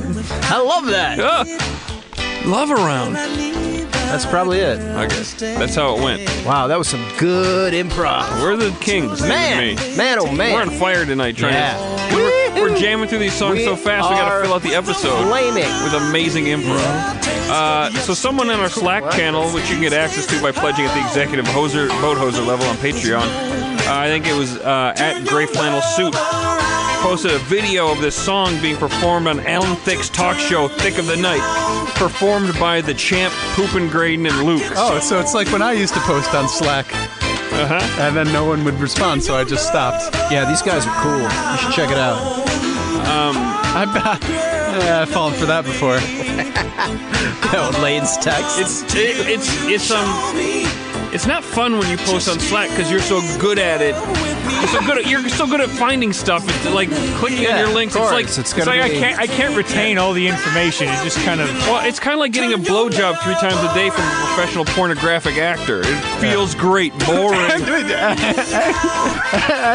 D: I love that.
B: Uh, love around.
D: That's probably it.
B: I guess that's how it went.
D: Wow, that was some good improv.
B: We're the kings. you
D: Man,
B: and me.
D: man, oh man.
B: We're on fire tonight, trying
D: Yeah.
B: to. We're, we're
D: Woo-hoo.
B: jamming through these songs so fast, we gotta
D: are
B: fill out the episode
D: flaming.
B: with amazing improv. Uh, so, someone in our Slack channel, which you can get access to by pledging at the executive hoser, boat hoser level on Patreon, uh, I think it was uh, at Gray Flannel Suit, posted a video of this song being performed on Alan Thick's talk show, Thick of the Night, performed by the champ Poopin' Graydon and Luke.
C: Oh, so it's like when I used to post on Slack. And then no one would respond, so I just stopped.
D: Yeah, these guys are cool. You should check it out.
C: I've, yeah, I've fallen for that before.
D: Lane's text.
B: It's it, it's it's um it's not fun when you post on Slack because you're so good at it. You're so good at you're so good at finding stuff. It's like clicking on
D: Yeah,
B: your links.
D: of
B: It's
D: course.
B: like
D: It's
B: it's,
D: gonna
B: like I
D: be-
B: can't.
E: can't, I can't retain all the information. It just kind of
B: Well, it's kind of like getting a blowjob three times a day from a professional pornographic actor. It feels great, boring.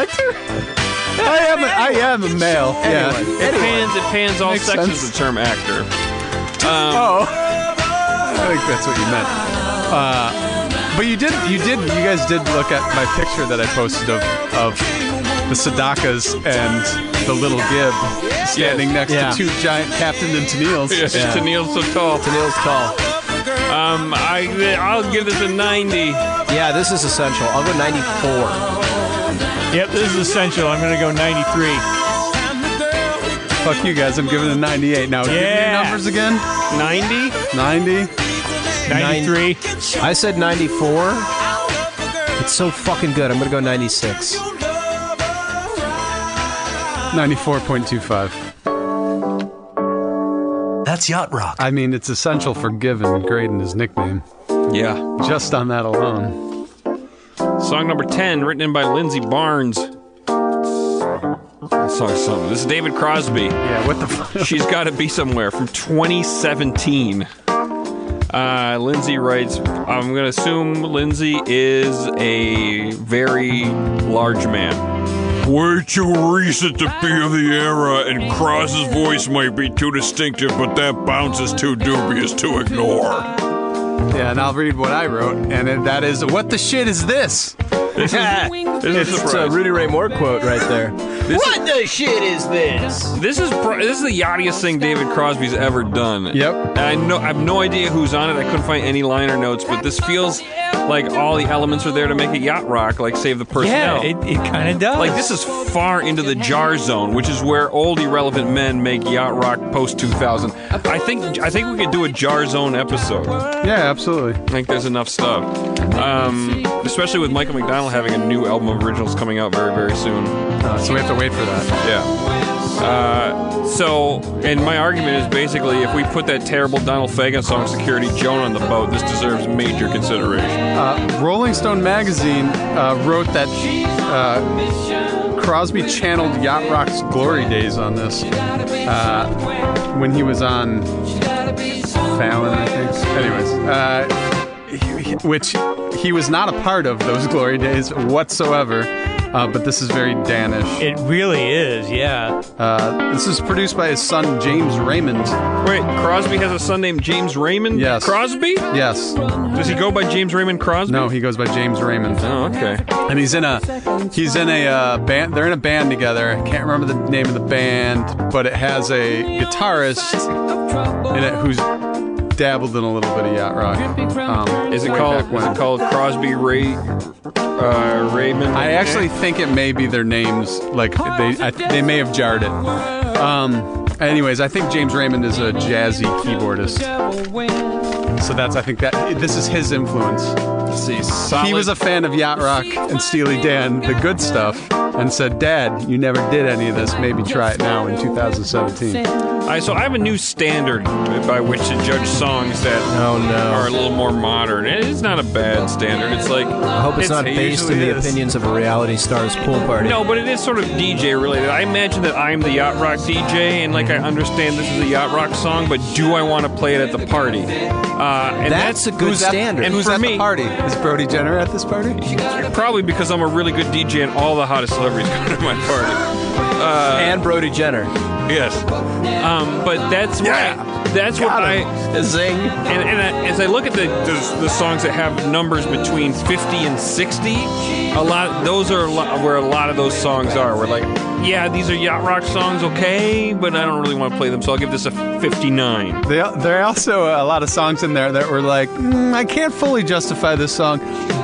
C: I am a, I am a male. Yeah.
B: It pans. It pans all
C: Makes
B: sections
C: sense.
B: of the term actor.
C: Oh, I think that's what you meant. Uh, but you did, you did, you guys did look at my picture that I posted of of the Sadakas and the little Gib standing next
D: Yeah.
C: to two giant Captain and Tennille's.
B: Yeah. Tennille's so tall.
D: Neil's call.
B: Um, I I'll give this a ninety.
D: Yeah, this is essential. I'll go 94.
E: yep. This is essential. I'm gonna go 93.
C: Fuck you guys, I'm giving it a 98. Now, give me your
E: Yeah.
C: numbers again.
B: Ninety.
C: 90.
E: 93.
D: I said 94. It's so fucking good. I'm gonna go 96.
C: 94.25.
F: That's yacht rock.
C: I mean, it's essential for Given, Graydon, his nickname.
B: Yeah.
C: Just on that alone.
B: Song number 10, written in by Lindsey Barnes. That song's something. This is David Crosby.
C: Yeah, what the fuck?
B: She's Got to Be Somewhere from 2017. Uh, Lindsay writes, I'm going to assume Lindsay is a very large man.
H: Way too recent to be of the era, and Cross's voice might be too distinctive, but that bounce is too dubious to ignore.
C: Yeah, and I'll read what I wrote, and it, that is, what the shit is this?
B: This is, this is a
D: It's a
B: surprise.
D: Rudy Ray Moore quote right there.
F: What the shit is this?
B: This is pro- this is the yachtiest thing David Crosby's ever done.
C: Yep.
B: And I know I have no idea who's on it. I couldn't find any liner notes, but this feels like all the elements are there to make a yacht rock, like save the personnel.
E: it, it kind of does.
B: like this is far into the jar zone, which is where old irrelevant men make yacht rock post 2000. I think I think we could do a jar zone episode.
C: Yeah, absolutely.
B: I think there's enough stuff, um, especially with Michael McDonald having a new album of originals coming out very very soon.
C: Uh, so we have to wait for that.
B: Yeah. Uh, so, and my argument is basically if we put that terrible Donald Fagen song Security Joan on the boat, this deserves major consideration.
C: Uh, Rolling Stone magazine uh, wrote that uh, Crosby channeled Yacht Rock's glory days on this uh, when he was on Fallon, I think. Anyways, uh, he- which he was not a part of those glory days whatsoever. Uh, but this is very Danish.
E: it really is. Yeah.
C: Uh, this is produced by his son James Raymond.
B: Wait, Crosby has a son named James Raymond?
C: Yes.
B: Crosby?
C: Yes.
B: Does he go by James Raymond Crosby?
C: No, he goes by James Raymond.
B: Oh, okay.
C: and he's in a he's in a uh, band they're in a band together i can't remember the name of the band but it has a guitarist in it who's dabbled in a little bit of yacht rock um,
B: Is it
C: way
B: called
C: back
B: is
C: when.
B: it called Crosby Ray uh, Raymond?
C: i actually think it may be their names like they I, they may have jarred it um, anyways i think james raymond is a jazzy keyboardist so that's i think that this is his influence
B: see solid.
C: He was a fan of Yacht Rock and Steely Dan, the good stuff, and said, Dad, you never did any of this. Maybe try it now in 2017.
B: I, so I have a new standard by which to judge songs that
D: Oh, no.
B: are a little more modern. And it's not a bad standard. It's like
D: I hope it's, not based on the
B: opinion.
D: opinions of a reality star's pool party.
B: No, but it is sort of DJ related. I imagine that I'm the yacht rock DJ, and like I understand this is a yacht rock song, but do I want to play it at the party? Uh, and
D: That's a good
B: who's at-
D: standard.
B: and
C: Who's
B: for
C: at
B: me,
C: the party? Is Brody Jenner at this party?
B: probably because I'm a really good DJ, and all the hottest celebrities come to my party.
D: and Brody Jenner.
B: Yes, um, but that's what I, that's what I.
D: Zing.
B: And, and I, as I look at the, the the songs that have numbers between 50 and 60, a lot those are a lot, where a lot of those songs are. We're like, yeah, these are yacht rock songs, okay, but I don't really want to play them, so I'll give this a 59.
C: They, there are also a lot of songs in there that were like, "Mm, I can't fully justify this song,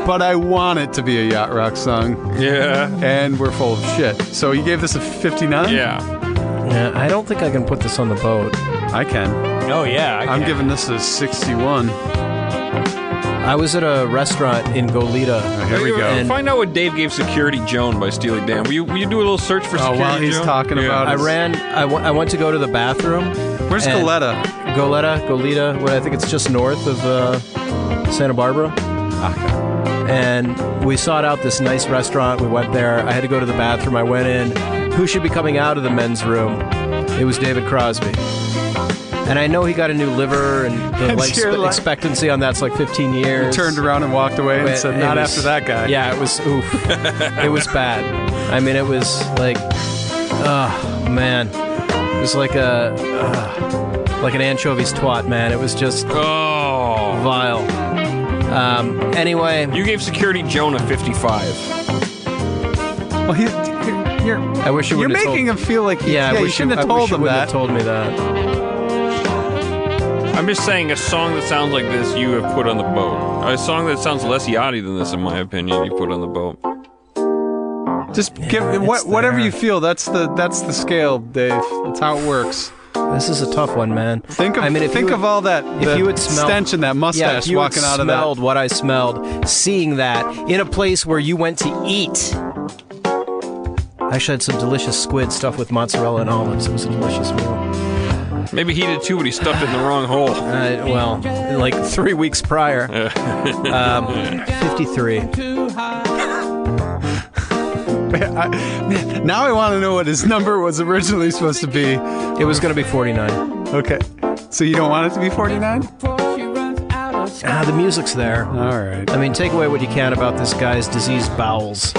C: but I want it to be a Yacht Rock song.
B: Yeah,
C: And we're full of shit. So you gave this a 59?
B: yeah.
D: Yeah, I don't think I can put this on the boat.
C: I can.
E: Oh yeah. I
C: I'm
E: can't-
C: giving this a 61.
D: I was at a restaurant in Goleta.
C: Here we go.
D: And-
B: Find out what Dave gave Security Joan by Steely Dan. Will you, will you do a little search for
C: Oh,
B: Security
C: while he's
B: Joan?
C: talking about
D: I
C: it.
D: ran. I wa- I went to go to the bathroom.
C: Where's
D: and-
C: Coletta?
D: Goleta, Goleta, what I think it's just north of uh, Santa Barbara.
C: Ah,
D: And we sought out this nice restaurant. We went there. I had to go to the bathroom. I went in. Who should be coming out of the men's room? It was David Crosby. And I know he got a new liver, and the
C: And
D: life
C: you're
D: sp-
C: like-
D: expectan's on that's like 15 years.
C: Turned around and walked away and
D: But
C: said,
D: it
C: Not
D: was-
C: after that guy.
D: Yeah, it was oof. it was bad. I mean, it was like, oh man, it was like a ugh, like an anchovies twat, man. It was just
B: Oh.
D: vile. Um, anyway,
B: You gave Security Joan a 55.
C: Well, he, you're, you're,
D: I wish you
C: You're
D: would.
C: making him
D: told,
C: feel like he,
D: Yeah,
C: yeah,
D: I
C: you
D: wish
C: shouldn't
D: I
C: have
D: wish
C: told
D: you
C: him
D: wouldn't have
C: that.
D: told me that.
B: I'm just saying, a song that sounds like this, you have put on the boat. A song that sounds less yachty than this, in my opinion, you put on the boat.
C: Just give what,
D: it's
C: whatever
D: there.
C: you feel. That's the that's the scale, Dave. That's how it works.
D: This is a tough one, man.
C: Think of
D: I mean, if
C: think
D: you,
C: of all that
D: if
C: the
D: you had smelled
C: stench and that
D: yeah, if
C: mustache
D: you
C: walking
D: had
C: out of
D: smelled
C: that.
D: what I smelled, seeing that in a place where you went to eat. I should had some delicious squid stuff with mozzarella and olives. It was a delicious meal.
B: Maybe he did too, but he stuffed it in the wrong hole.
D: Uh, well, like three weeks prior. Um, 53.
C: Now I want to know what his number was originally supposed to be.
D: It was going to be 49.
C: Okay, so you don't want it to be 49?
D: Ah, the music's there.
C: All right.
D: I mean, take away what you can about this guy's diseased bowels.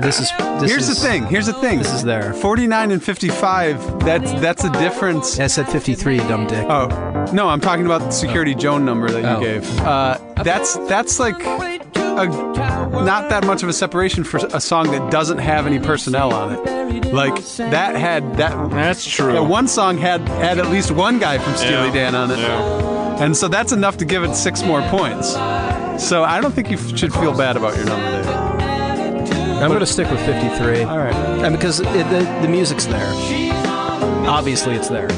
D: This is. This
C: Here's the
D: is-
C: thing. Here's the thing.
D: This is there.
C: 49 and 55. That's that's a difference.
D: I said 53, you dumb dick.
C: Oh
E: Oh.
C: no, I'm talking about the security Joan number that you
D: Oh.
C: gave. Uh, that's that's like a not that much of a separation for a song that doesn't have any personnel on it. Like that had that.
B: That's true.
C: that one song had had at least one guy from Steely
B: Yeah.
C: Dan on it,
B: Yeah.
C: and so that's enough to give it six more points. So I don't think you f- should feel bad about your number, David.
D: I'm going to stick with 53.
C: All right.
D: And because it, the, the music's there. Obviously, it's there.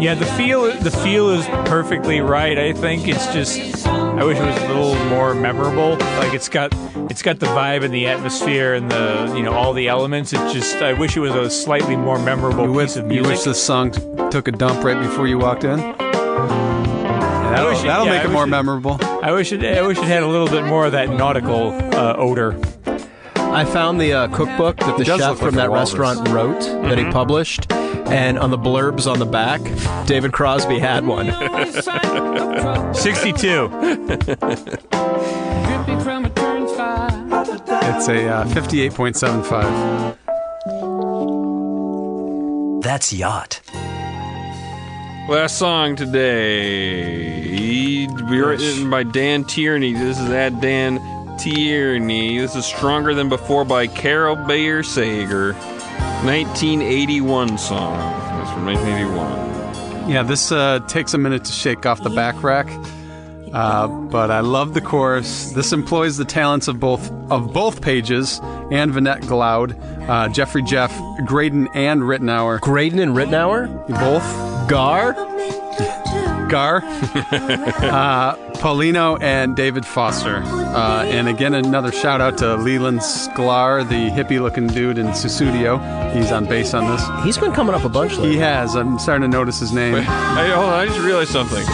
E: Yeah, the feel the feel is perfectly right. I think it's just I wish it was a little more memorable. Like it's got it's got the vibe and the atmosphere and the you know all the elements. It just I wish it was a slightly more memorable
C: You
E: piece
C: wish,
E: of
C: you
E: music.
C: wish this song took a dump right before you walked in. That'll,
E: wish it-
C: that'll
E: yeah,
C: make
E: I
C: it
E: wish
C: more
E: it-
C: memorable.
E: I wish it I wish it had a little bit more of that nautical uh, odor.
D: I found the uh, cookbook that the
C: does
D: chef
C: look like
D: from
C: a
D: that
C: walrus. Mm-hmm.
D: restaurant wrote that he published, and on the blurbs on the back, David Crosby had one.
E: Sixty two.
C: It's a uh, 58.75.
F: That's yacht.
B: Last song today. Be written by Dan Tierney. This is at Dan Tierney. This is Stronger Than Before by Carol Bayer Sager. 1981 song. That's from 1981.
C: Yeah, this uh, takes a minute to shake off the back rack, uh, but I love the chorus. This employs the talents of both of both pages and Vinette Gloud, uh, Jeffrey Jeff, Graydon, and Rittenauer.
D: Graydon and Rittenauer?
C: Both
D: Gar?
C: Gar, uh, Paulino, and David Foster. Uh, and again, another shout out to Leland Sklar, the hippie-looking dude in Susudio. He's on bass on this.
D: He's been coming up a bunch lately.
C: He has. I'm starting to notice his name.
B: Hey, hold on, I just realized something.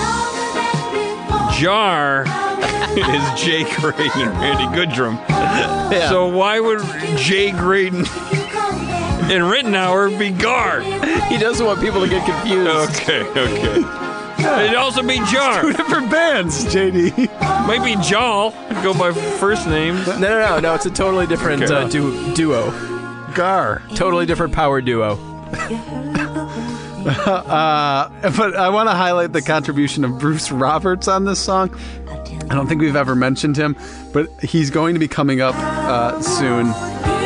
B: Jar is Jay Graydon and Randy Goodrum. So why would Jay Graydon and Rittenauer be Gar?
D: He doesn't want people to get confused.
B: Okay, okay. It'd also be Jar.
C: Different bands, JD.
B: Maybe Jal. Go by first name.
D: No, no, no, no. It's a totally different
B: Okay.
D: uh, du- duo.
C: Gar.
D: Totally different power duo.
C: Uh, But I want to highlight the contribution of Bruce Roberts on this song. I don't think we've ever mentioned him, but he's going to be coming up uh, soon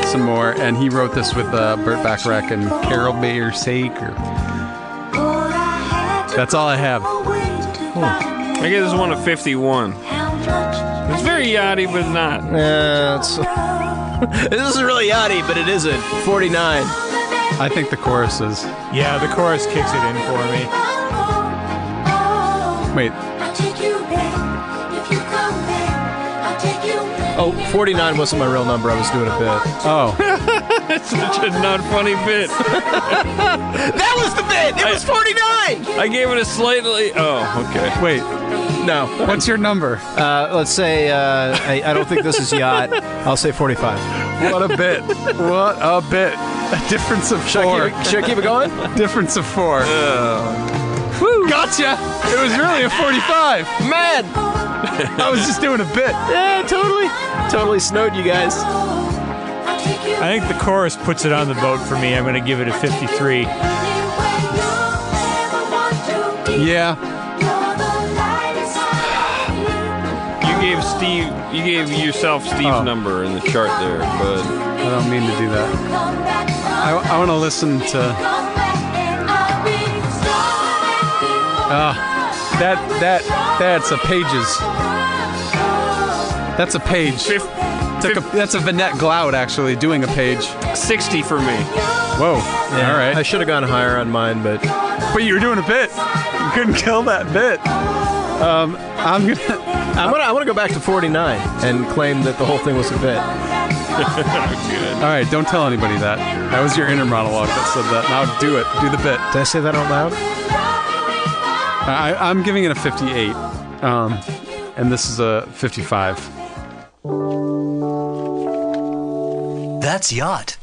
C: some more. And he wrote this with uh, Burt Bacharach and Carol Bayer Sager. That's all I have.
B: I guess it's one of 51. It's very yachty, but not.
D: Yeah, it's, this is really yachty, but it isn't. 49.
C: I think the chorus is.
E: Yeah, the chorus kicks it in for me.
C: Wait,
D: Oh, 49 wasn't my real number. I was doing a bit.
C: oh,
B: It's such a not funny bit.
D: That was the bit! It was 49!
B: I gave it a slightly. Oh, okay.
C: wait.
D: No.
C: What's your number?
D: Uh, let's say uh, I, I don't think this is yacht. I'll say 45.
C: What a bit. What a bit. A difference of four.
D: Should I keep it going?
C: Difference of four. Gotcha. It was really a 45.
D: Man!
C: I was just doing a bit.
D: Yeah, totally. Totally snowed you guys.
E: I think the chorus puts it on the boat for me. I'm going to give it a 53.
C: Yeah,
B: You gave Steve. You gave yourself Steve's
C: Oh.
B: number in the chart there, but
C: I don't mean to do that. I, I want to listen to Ah, that. That that's a pages. That's a page. Took a, that's a Vinette Gloud actually doing a page.
B: 60 for me.
C: Whoa. All
D: I
C: right.
D: should have gone higher on mine, but
C: But you were doing a bit. You couldn't kill that bit. Um, I'm gonna.
D: I'm gonna I want to go back to 49 and claim that the whole thing was a bit.
C: All right. Don't tell anybody that. That was your inner monologue that said that. Now do it. Do the bit.
D: Did I say that out loud?
C: I, I'm giving it a 58. Um, and this is a 55.
F: That's yacht.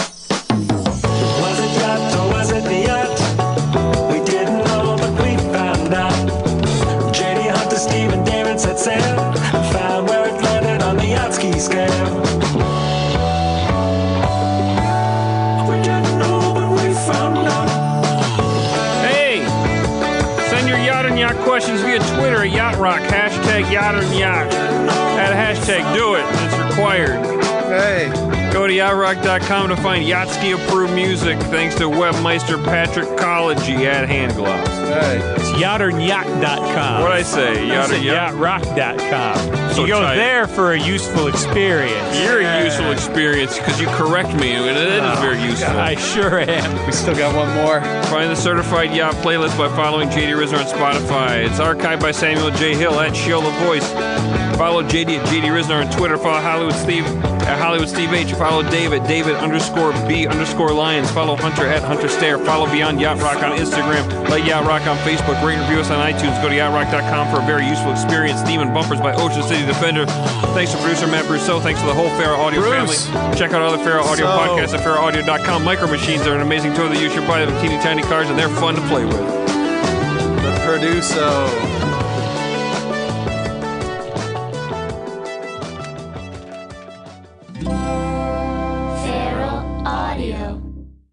G: Was it yacht or was it the yacht? We didn't know, but we found out. JD Hunter, Steven David set sail. Found where it landed on the yacht ski scale. We didn't know, but we found out.
B: Hey! Send your yacht Yacht and Yacht questions via Twitter at Yacht Rock. Hashtag Yacht and Yacht. Add hashtag do it. It's required.
C: Hey.
B: Go to yachtrock.com to find Yachtsky approved music. Thanks to webmeister Patrick Collegy at Hand Gloves.
C: Hey.
E: It's yatternyat.com.
B: What'd I say? Yacht
E: It's
B: and Yacht?
E: yachtrock.com.
B: So
E: you go
B: tight.
E: there for a useful experience.
B: You're a useful experience because you correct me, and it is very useful.
E: I sure am.
C: We still got one more.
B: Find the certified yacht playlist by following JD Rizzo on Spotify. It's archived by Samuel J. Hill at Show the Voice. Follow JD at JD Rizzo on Twitter. Follow Hollywood Steve at Hollywood Steve H. Follow David, David underscore B underscore Lions. Follow Hunter at Hunter Stare. Follow Beyond Yacht Rock on Instagram. Like Yacht Rock on Facebook. Rate and review us on iTunes. Go to yachtrock.com for a very useful experience. Theme and bumpers by Ocean City Defender. Thanks to producer Matt Brousseau. Thanks to the whole Farrah Audio
C: Bruce.
B: family. Check out other Farrah Audio
C: So-
B: podcasts at FarrahAudio.com. Micro Machines are an amazing tool that you should buy them teeny tiny cars and they're fun to play with.
C: The Producer.